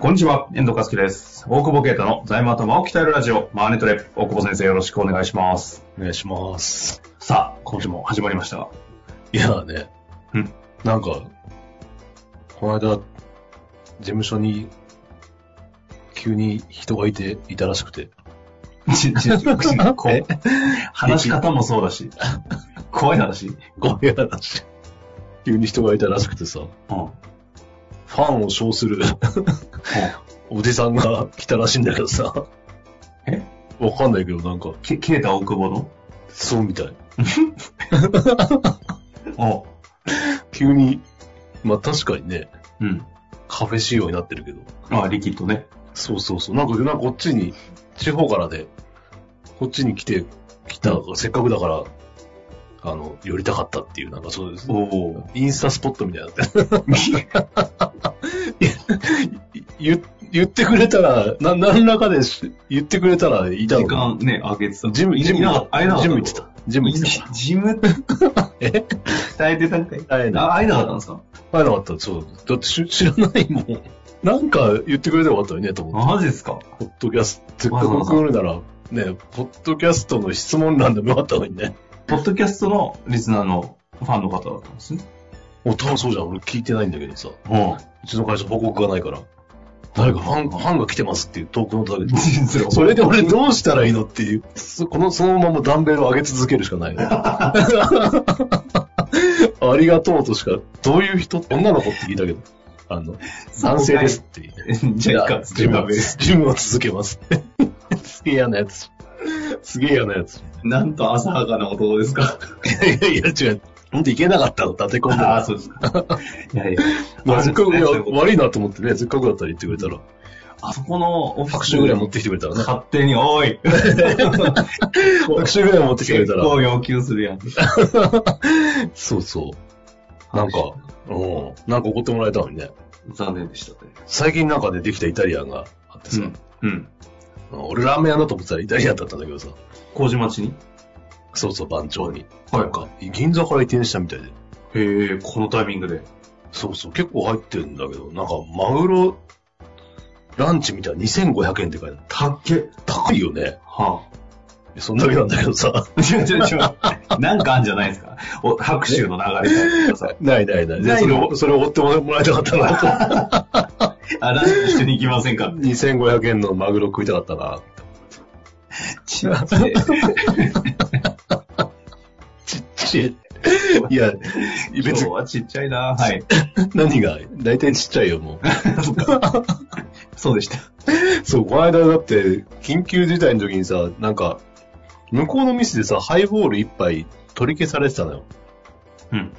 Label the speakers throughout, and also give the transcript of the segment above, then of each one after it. Speaker 1: こんにちは、遠藤和樹です。大久保啓太の財務頭を鍛えるラジオ、マーネトレ。大久保先生、よろしくお願いします。
Speaker 2: お願いします。
Speaker 1: さあ、今週も始まりました が。
Speaker 2: いやね、
Speaker 1: うん
Speaker 2: なんか、この間、事務所に、急に人がいて、いたらし くて。
Speaker 1: ちちこ
Speaker 2: え
Speaker 1: う話し方もそうだし、怖い話。うん。
Speaker 2: ごめん話。急に人がいたらしくてさ、
Speaker 1: ほ
Speaker 2: ファンを称するおじさんが来たらしいんだけどさ。
Speaker 1: え
Speaker 2: わかんないけど、なんか、
Speaker 1: うけ啓太大久保の
Speaker 2: そうみたい。
Speaker 1: お
Speaker 2: 急に、まあ確かにね、
Speaker 1: うん。
Speaker 2: カフェ仕様になってるけど。
Speaker 1: ああ、リキッドね。
Speaker 2: そうそうそう。なんか、なんかこっちに、地方からで、こっちに来て、来た、せっかくだから、あの、寄りたかったっていう、なんかそうです。
Speaker 1: おお。
Speaker 2: インスタスポットみたいになって。 言言ってくれたら、な何らかでし言ってくれたらいた
Speaker 1: 時
Speaker 2: のか
Speaker 1: 間ね、あげてた。
Speaker 2: な。ジム、ジム、
Speaker 1: いなかった会えなかった
Speaker 2: ジム行ってた。ジム行ってた。
Speaker 1: ジム、
Speaker 2: え
Speaker 1: 伝えてたんかい
Speaker 2: 会えな
Speaker 1: あ、会えなかったんですか
Speaker 2: 会えなかった。そう。だってし知らないもん。なんか言ってくれたらよかったよね、と思って。
Speaker 1: マジですか
Speaker 2: ポッドキャスト、せっかく来るなら、ね、ポッドキャストの質問欄でもよかったのにね。
Speaker 1: ポッドキャストのリスナーのファンの方だったんですね。
Speaker 2: お、多分そうじゃん。俺聞いてないんだけどさ。
Speaker 1: うん。
Speaker 2: うちの会社報告がないから。誰かファン、ファンが来てますっていう投稿のだけ で。
Speaker 1: それ
Speaker 2: それで俺どうしたらいいのっていう。そこの、そのままダンベルを上げ続けるしか ないよね。ありがとうとしか、どういう人女の子って聞いたけど。あの、男性ですっていうね。
Speaker 1: じゃあ、いいか
Speaker 2: ジムをジムを続けます。 すげえ嫌なやつ。すげえ嫌なやつ。
Speaker 1: なんと浅はかな男ですか。
Speaker 2: いやいや、違う。ほんといけなかったの、立て込ん で。
Speaker 1: ああ、そうですか。いやいや。
Speaker 2: まあ、せっかく、いや
Speaker 1: そういうこと
Speaker 2: 悪いなと思ってね、せっかくだったら言ってくれたら、
Speaker 1: あそこのオフィ
Speaker 2: 拍
Speaker 1: ス
Speaker 2: 手ぐらい持ってきてくれたらね。
Speaker 1: 勝手に、おい
Speaker 2: 拍手ぐらい持ってきてくれ
Speaker 1: 結
Speaker 2: たら。
Speaker 1: 構要求するやん。
Speaker 2: そうそう。なんか、うん。なんか怒ってもらえたのにね。
Speaker 1: 残念でしたね。
Speaker 2: 最近なんかでできたイタリアンがあって
Speaker 1: う
Speaker 2: さ、
Speaker 1: ん。うん。
Speaker 2: 俺ラーメン屋だと思ってたらイタリアンだったんだけどさ、
Speaker 1: 麹町に
Speaker 2: そうそう、番長に。
Speaker 1: はい
Speaker 2: なんか、銀座から移転したみたいで。
Speaker 1: へえ、このタイミングで。
Speaker 2: そうそう、結構入ってるんだけど、なんか、マグロ、ランチみたいな2500円って書いてある。
Speaker 1: たっけ。
Speaker 2: 高いよね。
Speaker 1: は
Speaker 2: そんだけなんだけどさ。
Speaker 1: あ。 違う違う違う。なんかあんじゃないですか。お拍手の流れとかさ。
Speaker 2: ないないない。
Speaker 1: ない
Speaker 2: それ
Speaker 1: の
Speaker 2: を、それを追ってもらいたかったなと。
Speaker 1: あ、ランチ一緒に行きませんかって。
Speaker 2: 2500円のマグロ食いたかったな。
Speaker 1: 違う。
Speaker 2: いや、
Speaker 1: 今
Speaker 2: 別
Speaker 1: 日
Speaker 2: に
Speaker 1: はちっちゃいな。はい。
Speaker 2: 何が、大体ちっちゃいよ、もう。
Speaker 1: そうでした。
Speaker 2: そう、この間だって、緊急事態の時にさ、なんか、向こうの店でさ、ハイボール一杯取り消されてたのよ。
Speaker 1: うん。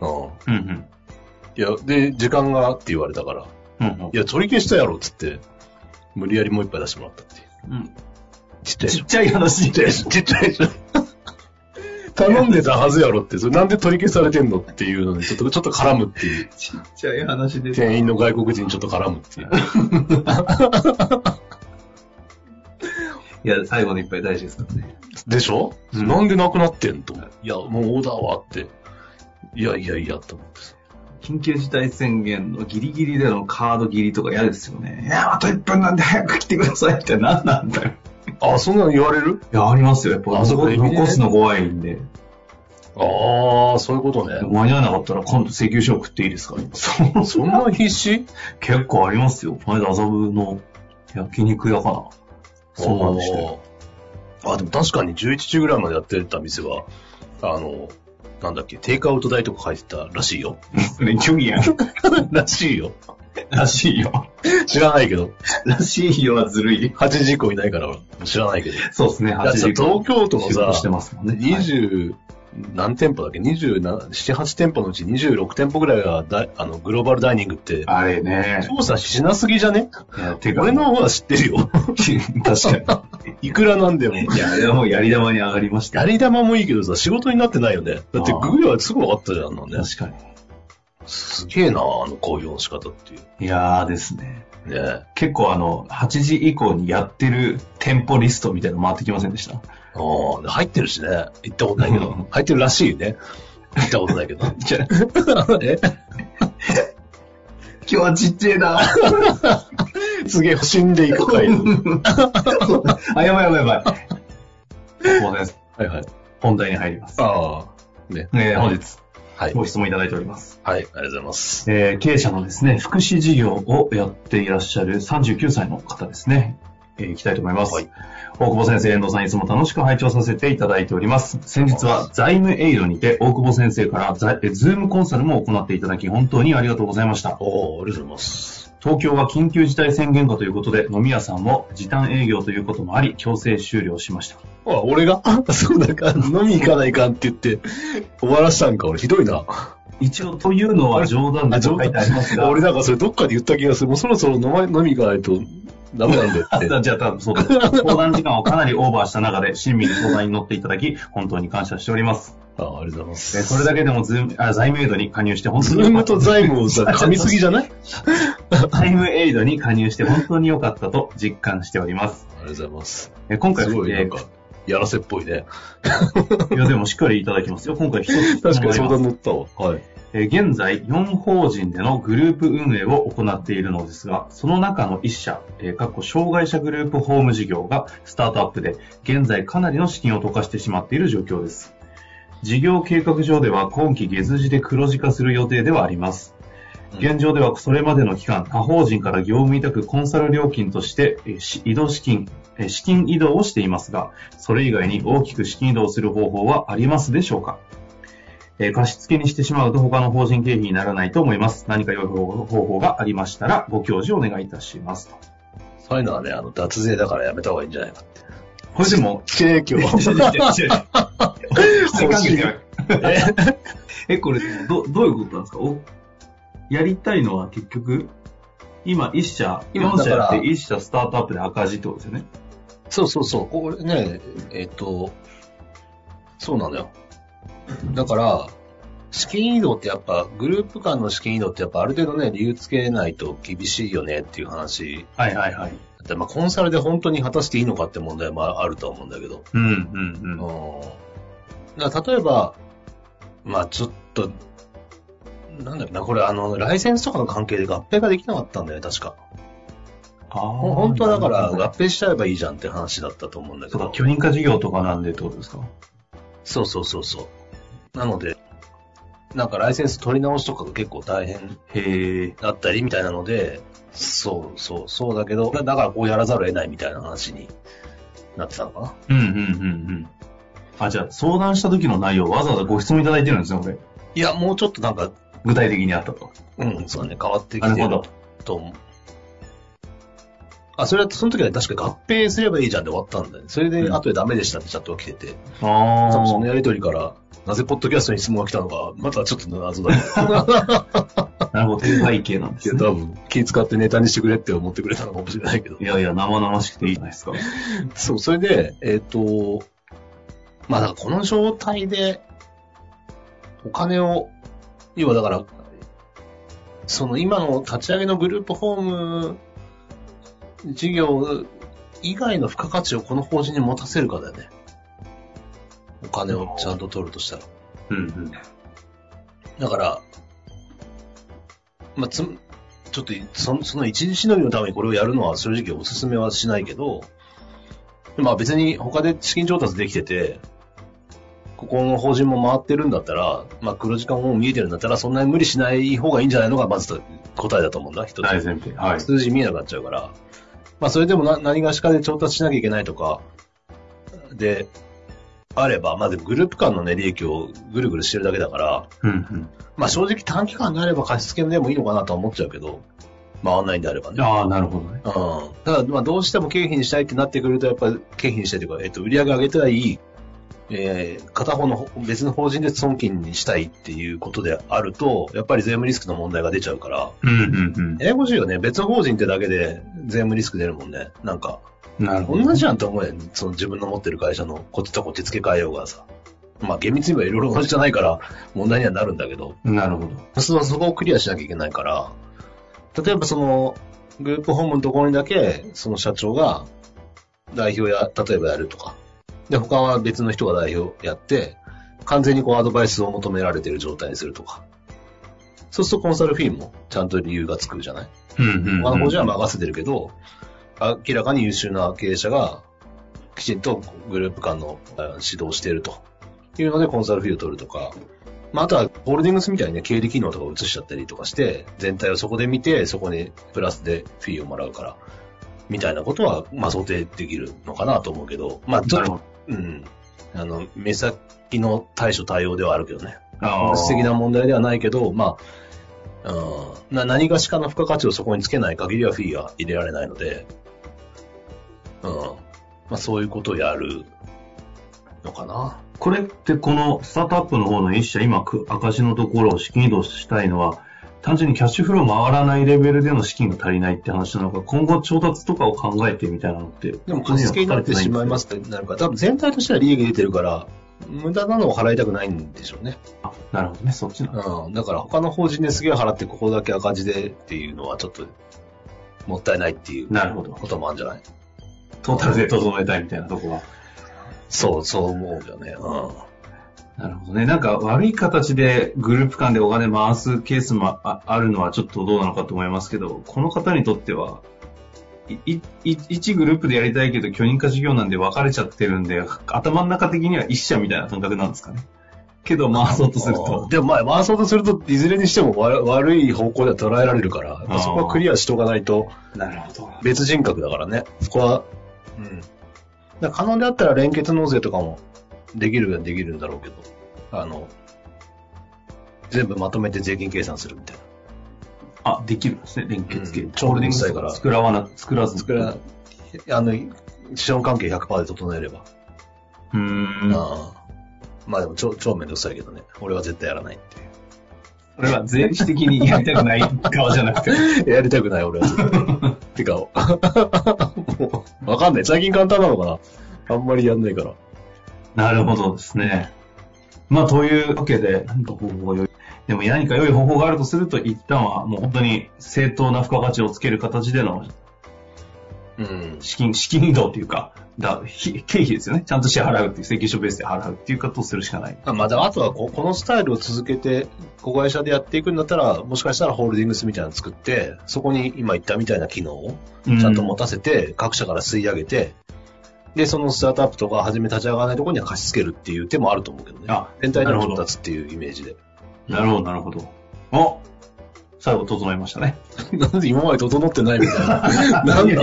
Speaker 2: う
Speaker 1: うんうん。
Speaker 2: ん。いや、で、時間がって言われたから、
Speaker 1: うんうん
Speaker 2: いや、取り消したやろ、っつって、無理やりもう一杯出してもらったってい
Speaker 1: う
Speaker 2: う。
Speaker 1: ん。
Speaker 2: ちっちゃいでし
Speaker 1: ち
Speaker 2: ょ
Speaker 1: っちゃい話。
Speaker 2: ちっちゃいでしょちっちゃいでしょ頼んでたはずやろって、それなんで取り消されてんのっていうのに、ちょっと、ちょっと絡むっていう。
Speaker 1: ちっちゃい話です。
Speaker 2: 店員の外国人にちょっと絡むっていう。
Speaker 1: いや、最後の一杯大事ですからね。
Speaker 2: でしょ、
Speaker 1: うん
Speaker 2: なんでなくなってんと。いや、もうオーダーはあって。いやいやいや、と思ってさ。
Speaker 1: 緊急事態宣言のギリギリでのカード切りとか嫌ですよね。いや、あと1分なんで早く来てくださいって何なんだよ。
Speaker 2: あ、そんなの言われる
Speaker 1: いや、ありますよ。やっぱ、
Speaker 2: あそこ
Speaker 1: 残すの怖いんで。
Speaker 2: ああ、そういうことね。
Speaker 1: 間に合わなかったら今度請求書送っていいですか そう、
Speaker 2: そんな必死
Speaker 1: 結構ありますよ。この間麻布の焼肉屋かな。そうなんでしたよ。
Speaker 2: あーあ、でも確かに11時ぐらいまでやってた店は、あの、なんだっけ、テイクアウト代とか書いてたらしいよ。
Speaker 1: それ虚偽やん。
Speaker 2: らしいよ。
Speaker 1: らしいよ。
Speaker 2: 知らないけど。
Speaker 1: らしいよはずるい。
Speaker 2: 8時以降いないから、知らないけど。
Speaker 1: そうですね、
Speaker 2: だってさ
Speaker 1: 8時以降
Speaker 2: 東京都のさ
Speaker 1: 出発してますもんね。
Speaker 2: 20何店舗だっけ ?27、8店舗のうち26店舗ぐらいがだいあのグローバルダイニングって、
Speaker 1: あれね。
Speaker 2: 調査しなすぎじゃね
Speaker 1: いやてか
Speaker 2: 俺の方は知ってるよ。 確かに。いくらなんでも。
Speaker 1: いや、あれはもうやり玉に上がりました
Speaker 2: や
Speaker 1: よ。
Speaker 2: り玉もいいけどさ、仕事になってないよね。だって
Speaker 1: あー
Speaker 2: グーはすぐ分かったじゃん、あんなのね。
Speaker 1: 確か
Speaker 2: すげえな、あの公表の仕方っていう。
Speaker 1: に。いやーですね。
Speaker 2: ねえ。
Speaker 1: 結構あの、8時以降にやってる店舗リストみたいなの回ってきませんでした
Speaker 2: ああ、入ってるしね。行ったことないけど。 入ってるらしいね。行ったことないけど。
Speaker 1: じゃ
Speaker 2: え
Speaker 1: 今日はちっちゃいな。
Speaker 2: すげえ、死んでいく回。
Speaker 1: あ、やばいやばい やばい。もうね、
Speaker 2: はいはい。
Speaker 1: 本題に入ります。
Speaker 2: ああ。ね。
Speaker 1: えー本日、
Speaker 2: はい。はい、
Speaker 1: ご質問いただいております。
Speaker 2: ありがとうございます。
Speaker 1: えー経営者のですね、福祉事業をやっていらっしゃる39歳の方ですね。えーいきたいと思います。
Speaker 2: はい
Speaker 1: 大久保先生、遠藤さん、いつも楽しく拝聴させていただいております。先日は財務エイドにて、大久保先生からざえーズームコンサルも行っていただき、本当にありがとうございました。
Speaker 2: おお、ありがとうございます。
Speaker 1: 東京は緊急事態宣言下ということで、飲み屋さんも時短営業ということもあり、強制終了しました。
Speaker 2: あ、俺が、あそうだか、飲み行かないかんって言って、終わらしたんか、俺、ひどい な。
Speaker 1: 一応、というのは冗談でと書いてありますが、
Speaker 2: 俺なんかそれどっかで言った気がする。もうそろそろ飲ま飲み行かないとダメ なんだよっ
Speaker 1: あ
Speaker 2: て。
Speaker 1: じゃあ、多分 そうだ。相談時間をかなりオーバーした中で、親身に相談に乗っていただき、本当に感謝しております。
Speaker 2: ああ、ありがとうございま
Speaker 1: え
Speaker 2: す。
Speaker 1: それだけでもズームあ、財務エイドに加入して本当
Speaker 2: ズ
Speaker 1: に
Speaker 2: ー
Speaker 1: 良かっ
Speaker 2: ム
Speaker 1: た
Speaker 2: と財務をさ、噛みすぎじゃない
Speaker 1: 財務エイドに加入して本当に良かったと実感しております。
Speaker 2: ありがとうございます。
Speaker 1: え今回、
Speaker 2: すごい、な
Speaker 1: え
Speaker 2: んか、やらせっぽいね。
Speaker 1: いやでもしっかりいただきますよ。今回一つ質問
Speaker 2: 確か
Speaker 1: が
Speaker 2: に
Speaker 1: あり
Speaker 2: 相
Speaker 1: ます
Speaker 2: 談乗ったわ。はい。
Speaker 1: えー現在、4法人でのグループ運営を行っているのですが、その中の1社、えーかっこ障害者グループホーム事業がスタートアップで、現在かなりの資金を溶かしてしまっている状況です。事業計画上では今期月次で黒字化する予定ではあります。現状ではそれまでの期間、他法人から業務委託コンサル料金としてえーし移動資金、えー資金移動をしていますが、それ以外に大きく資金移動する方法はありますでしょうかえー貸し付けにしてしまうと他の法人経費にならないと思います。何か良い方法がありましたらご教示お願いいたしますと。
Speaker 2: そういうのはね、あの、脱税だからやめた方がいいんじゃ ないかって。
Speaker 1: これで も、
Speaker 2: 経営今
Speaker 1: え、これど、どういうことなんですかおやりたいのは結局、今1社、
Speaker 2: 今
Speaker 1: 4社やっ
Speaker 2: だか
Speaker 1: て
Speaker 2: ら
Speaker 1: 1社スタートアップで赤字ってことですよね。
Speaker 2: そうそうそう。これね、えっ、と、そうなのよ。だから、資金移動ってやっぱ、グループ間の資金移動ってやっぱある程度ね、理由つけないと厳しいよねっていう話。
Speaker 1: はいはいはい。
Speaker 2: だってまあコンサルで本当に果たしていいのかって問題もあるとは思うんだけど。
Speaker 1: うん
Speaker 2: う
Speaker 1: うんうん。
Speaker 2: ん。だから例えば、まあちょっと、なんだろうな、これあの、ライセンスとかの関係で合併ができなかったんだよね、確か。
Speaker 1: ああ
Speaker 2: ほん本当はだから
Speaker 1: なるほど
Speaker 2: 合併しちゃえばいいじゃんって話だったと思うんだけ
Speaker 1: そうか
Speaker 2: ど、。
Speaker 1: 許認可事業とかなんでってことですか
Speaker 2: そうそうそうそう。なので、なんかライセンス取り直しとかが結構大変
Speaker 1: へえ。
Speaker 2: だったりみたいなので、そうそう、そうだけど、だだからこうやらざるを得ないみたいな話になってたのかな。
Speaker 1: うんうんうんうん。あ、じゃあ相談した時の内容わざわざご質問いただいてるんですね、これ。
Speaker 2: いや、もうちょっとなんか、
Speaker 1: 具体的にあったと。
Speaker 2: うん、そうだね、変わって
Speaker 1: な
Speaker 2: き
Speaker 1: る
Speaker 2: て
Speaker 1: ほ
Speaker 2: る
Speaker 1: ど。
Speaker 2: と思う。あ、それは、その時は確か合併すればいいじゃんで終わったんだよね。それで、
Speaker 1: うん
Speaker 2: 後でダメでしたってチャットが来てて、
Speaker 1: あ
Speaker 2: 多分
Speaker 1: ー
Speaker 2: そのやりとりから、なぜポッドキャストに質問が来たのか、またちょっと謎だけど。
Speaker 1: なるほど、背景なんで
Speaker 2: いや
Speaker 1: すね。
Speaker 2: 多分、気使ってネタにしてくれって思ってくれたのかもしれないけど
Speaker 1: い。やいや、生々しくていいじゃないですか。う
Speaker 2: そう、それで、えっ、と、まあ、だからこの状態で、お金を、要はだから、その今の立ち上げのグループホーム事業以外の付加価値をこの法人に持たせるかだよね。お金をちゃんと取るとしたら。
Speaker 1: んうん。
Speaker 2: だから、まあ、つんちょっとその、その一時しのぎのためにこれをやるのは正直おすすめはしないけど、まあ別に他で資金調達できてて、ここの法人も回ってるんだったら、まあ黒字化も見えてるんだったら、そんなに無理しない方がいいんじゃないのがまず答えだと思うんだ、一つ。
Speaker 1: 大前提。はい。
Speaker 2: 数字見えなくなっちゃうから、まあ、それでもな何がしかで調達しなきゃいけないとか、で、あれば、まあ、でもグループ間のね、利益をぐるぐるしてるだけだから、
Speaker 1: うんうん。
Speaker 2: まあ、正直短期間であれば貸し付けでもいいのかなとは思っちゃうけど、回んないんであればね。
Speaker 1: ああ、なるほどね。
Speaker 2: うん、ただ、まあ、どうしても経費にしたいってなってくると、やっぱり経費にしたいというか、えっと、売り上げ上げたいえー片方のほ別の法人で損金にしたいっていうことであると、やっぱり税務リスクの問題が出ちゃうから、
Speaker 1: うんうん
Speaker 2: ややこしいよね。別法人ってだけで税務リスク出るもんね。なんか、
Speaker 1: うん。なるほど。
Speaker 2: 同じやんって思うやん。その自分の持ってる会社のこっちとこっち付け替えようがさ。まあ厳密に言えばいろいろ同じじゃないから問題にはなるんだけど、
Speaker 1: なるほど。
Speaker 2: そそこをクリアしなきゃいけないから、例えばその、グループホームのところにだけ、その社長が代表や、例えばやるとか。で、他は別の人が代表やって、完全にこうアドバイスを求められてる状態にするとか。そうするとコンサルフィーもちゃんと理由がつくじゃない
Speaker 1: うんうんうん。
Speaker 2: 他の法人は任せてるけど、明らかに優秀な経営者が、きちんとグループ間のえー指導しているというので、コンサルフィーを取るとか、まあ、あとは、ホールディングスみたいにね、経理機能とかを移しちゃったりとかして、全体をそこで見て、そこにプラスでフィーをもらうから、みたいなことは、まあ、想定できるのかなと思うけど、まあ、ちょ
Speaker 1: な
Speaker 2: っ
Speaker 1: る
Speaker 2: と、
Speaker 1: ほど。
Speaker 2: うん、あの、目先の対処対応ではあるけどね。
Speaker 1: あ
Speaker 2: 本
Speaker 1: あ。
Speaker 2: 質的な問題ではないけど、まあ、うんな何がしかの付加価値をそこにつけない限りはフィーが入れられないので、うんまあ、そういうことをやるのかな。
Speaker 1: これってこのスタートアップの方の一社、今、く赤字のところを資金移動したいのは、単純にキャッシュフロー回らないレベルでの資金が足りないって話なのか、今後調達とかを考えてみたいなのって、。
Speaker 2: でも、貸し付けになってしまいますすってなるから、多分全体としては利益出てるから、無駄なのを払いたくないんでしょうね。
Speaker 1: あなるほどね、そっちなの。
Speaker 2: うん、だから他の法人ですげえ払って、ここだけ赤字でっていうのはちょっと、もったいないっていう
Speaker 1: なるほど。
Speaker 2: こともあるんじゃない
Speaker 1: トータルで整えたいみたいなとこは。
Speaker 2: そう、そう思うよね。うん。
Speaker 1: なるほどね。なんか悪い形でグループ間でお金回すケースもああるのはちょっとどうなのかと思いますけど、この方にとっては、いいい一グループでやりたいけど、許認可事業なんで分かれちゃってるんで、頭の中的には一社みたいな感覚なんですかね。けど回そうとする
Speaker 2: あー
Speaker 1: と。
Speaker 2: でもまあ、回そうとすると、いずれにしてもわ悪い方向では捉えられるから、やっぱそこはクリアしておかないと、
Speaker 1: なるほど。
Speaker 2: 別人格だからね。そこは、うん。だから可能であったら連結納税とかもできるはできるんだろうけど、あの、全部まとめて税金計算するみたいな。
Speaker 1: あ、できるんですね、連結系。
Speaker 2: うん
Speaker 1: ホールディングスから作らわな、作らず。
Speaker 2: 作ら、あの、資本関係100%で整えれば。
Speaker 1: うーん。こ
Speaker 2: あーまあでも超、超めんどくさいけどね。俺は絶対やらないっていう。
Speaker 1: れは税理士的にやりたくない側じゃなくて。
Speaker 2: やりたくない、俺は。てか、 もうわかんない。最近簡単なのかなあんまりやんないから。
Speaker 1: なるほどですね。まあ、というわけで、何か方法が良い。でも何か良い方法があるとすると、一旦はもう本当に正当な付加価値をつける形での
Speaker 2: うん。
Speaker 1: 資金、資金移動というか、だひ経費ですよね。ちゃんと支払うっていう、請求書ベースで払うっていうことをするしかない。
Speaker 2: まあ、だからあとはこ、このスタイルを続けて、子会社でやっていくんだったら、もしかしたらホールディングスみたいなの作って、そこに今言ったみたいな機能を
Speaker 1: う
Speaker 2: ちゃんと持たせて、各社から吸い上げて、で、そのスタートアップとか、初め立ち上がらないところには貸し付けるっていう手もあると思うけどね。
Speaker 1: あ
Speaker 2: 全体
Speaker 1: な
Speaker 2: の
Speaker 1: るほ
Speaker 2: 調
Speaker 1: ど
Speaker 2: 達っていうイメージで。
Speaker 1: なるほど、なるほど。お最後整いましたね。
Speaker 2: なんで今まで整ってないみ たいな。
Speaker 1: な
Speaker 2: なんん
Speaker 1: だ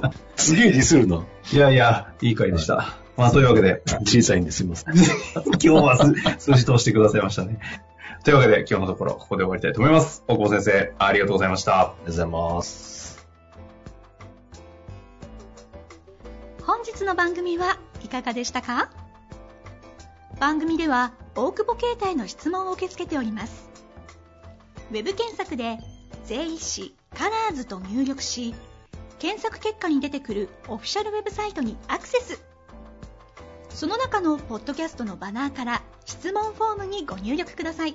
Speaker 2: だ すげえディスるな。
Speaker 1: いやいや、いい回でした。まあ、というわけで、
Speaker 2: 小さいんですいません。
Speaker 1: 今日は数字通してくださいましたね。というわけで、今日のところ、ここで終わりたいと思います。大久保先生、ありがとうございました。
Speaker 2: ありがとうございます。
Speaker 3: 本日の番組はいかがでしたか番組では大久保携帯の質問を受け付けておりますウェブ検索で「税理士カラーズと入力し検索結果に出てくるオフィシャルウェブサイトにアクセスその中のポッドキャストのバナーから質問フォームにご入力ください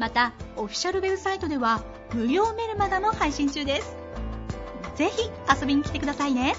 Speaker 3: またオフィシャルウェブサイトでは無料メルマガも配信中ですぜひ遊びに来てくださいね